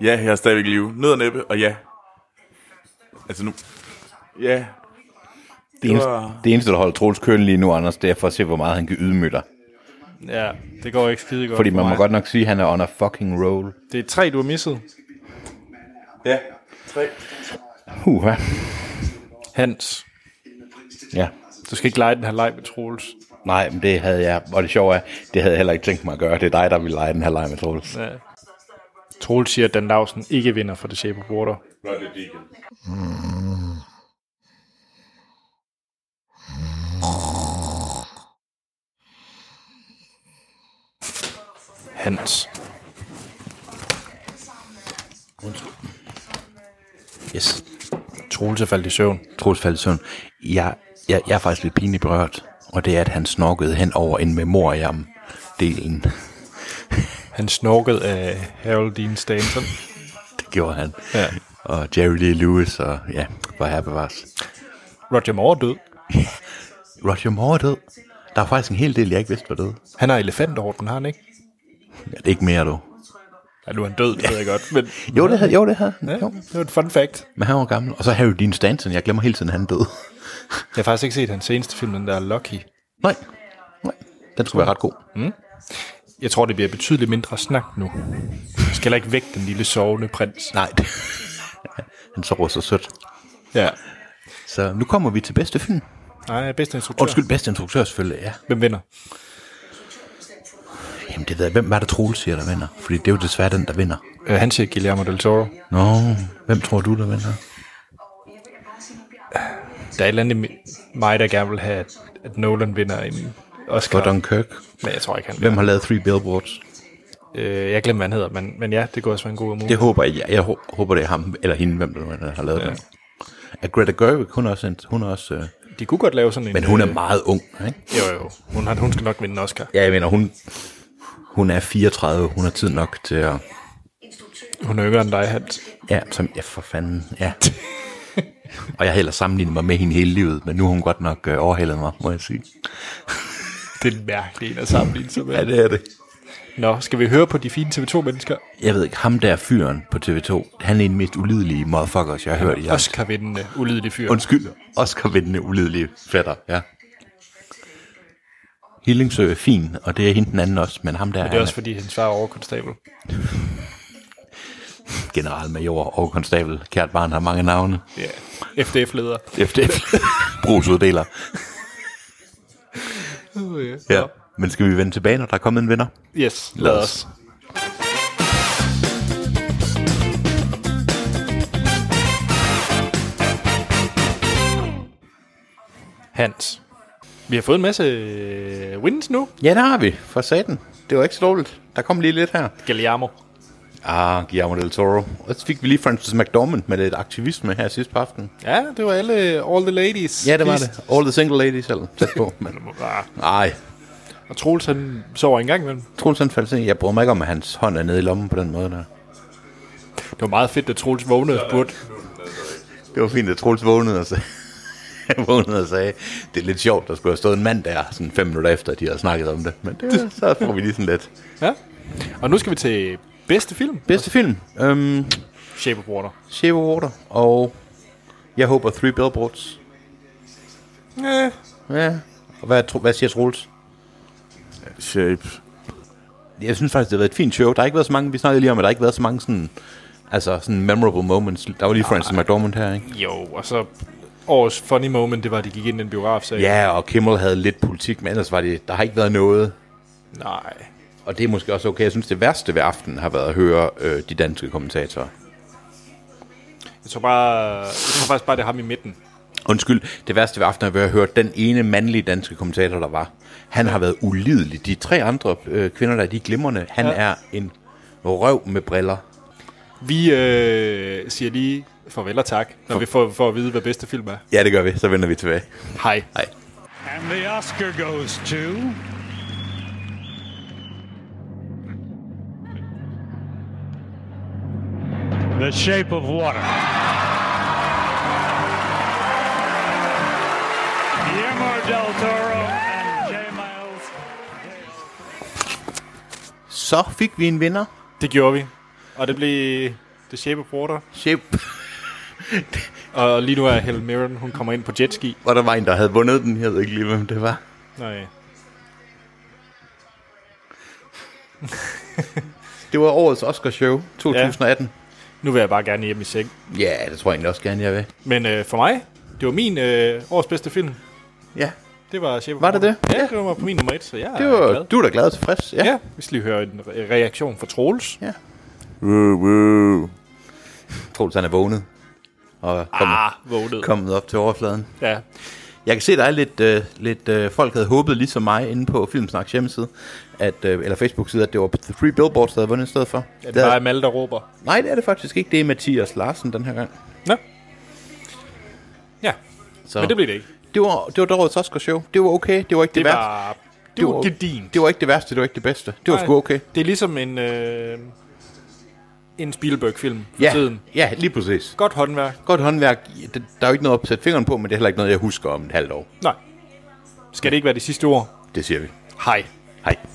Ja, jeg er stadigvæk i live. Nød og næppe, og ja. Altså nu... Ja. Det eneste, det eneste, der holder Troels kølen lige nu, Anders, det er for at se, hvor meget han kan ydmyge dig. Ja, det går ikke skide godt. Fordi for man må mig. godt nok sige, at han er on a fucking roll. Det er tre, du har misset. Ja. Tre. Uha. Hans. Ja. Du skal ikke lege den her leg med Troels. Nej, men det havde jeg. Og det sjove er, det havde jeg heller ikke tænkt mig at gøre. Det er dig, der vil lege den her leg med Troels. Ja. Troels siger, at Dan Lausen ikke vinder for The Shape of Water. Roger Deakins. Hans. Yes. Troels er faldet i søvn. Troels faldt i søvn. Jeg, jeg, jeg er faktisk lidt pinligt berørt. Og det er, at han snorkede hen over en memoriam-delen. Han snorkede af Harold Dean Stanton. Det gjorde han. Ja. Og Jerry Lee Lewis, og ja, hvor her bevares. Roger Moore er død. Roger Moore er død. Der er faktisk en hel del, jeg ikke vidste var død. Han har elefantorden, har han ikke? Ja, det er ikke mere, du. Ja, nu er han død, det ved jeg godt. Men Jo, det her. Jo, det her. ja, Jo. det var et fun fact. Men han var gammel. Og så Harry Dean Stanton. Jeg glemmer hele tiden, han døde. Jeg har faktisk ikke set hans seneste film, den der Lucky. Nej. Nej. Den skulle være ret god. Jeg tror, det bliver betydeligt mindre snak nu. Jeg skal heller ikke vække den lille sovende prins. Nej. han sover så sødt. Ja. Så nu kommer vi til bedste film. Nej, bedste instruktør. Undskyld, bedste instruktør selvfølgelig, ja. Hvem vinder? Jamen det ved jeg. Hvem var det Troels siger, der vinder? Fordi det er jo desværre den, der vinder. Øh, han siger Guillermo del Toro. Nå, hvem tror du, der vinder? Der er et eller andet i mig, der gerne vil have, at, at Nolan vinder en Oscar. For Dunkirk. Men jeg tror ikke, han Hvem har lavet Three Billboards? Øh, jeg glemmer, hvad han hedder, men, men ja, det kunne også være en god mulighed. Det håber jeg. Jeg hå- håber, det er ham eller hende, hvem der nu har lavet ja. den. Er Greta Gerwig, hun er også, en, hun er også øh, De kunne godt lave sådan en... øh, men hun er meget ung, ikke? Jo, jo. Hun, har, hun skal nok vinde en Oscar. Ja, jeg mener, hun, hun er 34, hun har tid nok til at... Hun er yngre end dig, Hans. Ja, som, ja for fanden, ja. Og jeg har ellers sammenlignet mig med hende hele livet, men nu har hun godt nok øh, overhældet mig, må jeg sige. Det er en mærkelig en at sammenligne sig med. det er det. Nå, skal vi høre på de fine TV2-mennesker? Jeg ved ikke, ham der fyren på TV2, han er en af de mest ulidelige motherfuckers, jeg har hørt i jeres. Oscar-vindende, ulydelig øh, fyr. Undskyld, Oscar-vindende ulidelige fætter, ja. Hillingsø er fin, og det er hende den anden også, men ham der Det er han også fordi, hendes far er overkonstabel. generalmajor og konstabel. Kært barn har mange navne. Ja. FDF-leder. FDF. Brugsuddeler. Ja. Men skal vi vende tilbage, når der er kommet en vinder? Yes, lad os. Hans. Vi har fået en masse øh, wins nu. Ja, der har vi. For satan. Det var ikke så dårligt. Der kom lige lidt her. Guillermo. Ah, Guillermo del Toro. Og så fik vi lige Francis McDormand med lidt aktivisme her sidste på aftenen. Ja, det var alle øh, All the Ladies. Please. All the single ladies, eller tæt på. Men, Ah, nej, Og Troels, han sover en gang imellem. Troels han faldt Jeg bryder mig ikke om, at hans hånd er nede i lommen på den måde der. Det var meget fedt, at Troels vågnede og spurgte. Det var fint, at Troels vågnede og sagde, vågnede og sagde, det er lidt sjovt, der skulle have stået en mand der, sådan fem minutter efter, at de havde snakket om det. Men det, så får vi lige sådan lidt. Ja. Og nu skal vi til bedste film. Bedste film? Øhm, Shape of Water. Shape of Water, og jeg håber Three Billboards. Ja. Og hvad, tro- hvad siger Troels? Shape. Jeg synes faktisk, det har været et fint show. Der har ikke været så mange, vi snakkede lige om, at der har ikke været så mange sådan, altså sådan memorable moments. Der var lige Francis McDormand her, ikke? Jo, og så årets funny moment, det var, at de gik ind i en biograf sag. Ja, og Kimmel havde lidt politik, men ellers var det, der har ikke været noget. Nej. Og det er måske også okay. Jeg synes, det værste ved aftenen har været at høre øh, de danske kommentatorer. Jeg tror, bare, jeg tror faktisk bare, det er ham i midten. Undskyld, det værste ved aftenen har været at høre den ene mandlige danske kommentator, der var. Han har været ulidelig. De tre andre øh, kvinder, der er de er glimrende, han ja. er en røv med briller. Vi øh, siger lige farvel og tak, når vi får, får at vide, hvad bedste film er. Ja, det gør vi. Så vender vi tilbage. Hej. Hej. And the Oscar goes to. The Shape of Water. Guillermo del Toro and J. Miles. Så fik vi en vinder. Det gjorde vi. Og det blev The Shape of Water. Shape. Og lige nu er Helen Mirren, hun kommer ind på jetski. Og der var en, der havde vundet den. Jeg ved ikke lige, hvem det var. Nej. Det var årets Oscar-show 2018. Nu vil jeg bare gerne hjem i seng. Ja, ja det tror jeg egentlig også gerne, jeg vil. Men øh, for mig, det var min øh, årets bedste film. Ja, Det var Shape of Var det Water. det? Ja, det var på min nummer et, så jeg det er var, glad. du er da glad og tilfreds. Ja. Ja, vi skal lige høre en re- reaktion fra Troels. ja. Woo, woo. Troels, han er vågnet. Og er kommet, ah. vågnet. kommet op til overfladen. Ja, Jeg kan se, der er lidt, øh, lidt øh, folk havde håbet, ligesom mig, inde på Filmsnaks hjemmeside, at, øh, eller Facebook-side, at det var The Three Billboards, der havde vundet i stedet for. Ja, det Det er bare havde- Amal, der råber. Nej, det er det faktisk ikke. Det er Mathias Larsen den her gang. Nå. Ja, Så. men det blev det ikke. Det, det var, det var Dorot's Oscar-show. Det var okay. Det var ikke det, værste. var... Det var gedint. Det var ikke det værste, det var ikke det bedste. Det var sgu okay. Det er ligesom en... Øh, en Spielberg-film for Ja, tiden. ja, lige præcis. Godt håndværk. Godt håndværk. Det, der er jo ikke noget at sætte fingeren på, men det er heller ikke noget, jeg husker om et halvt år. Nej. Skal det ikke være det sidste ord? Det siger vi. Hej. Hej.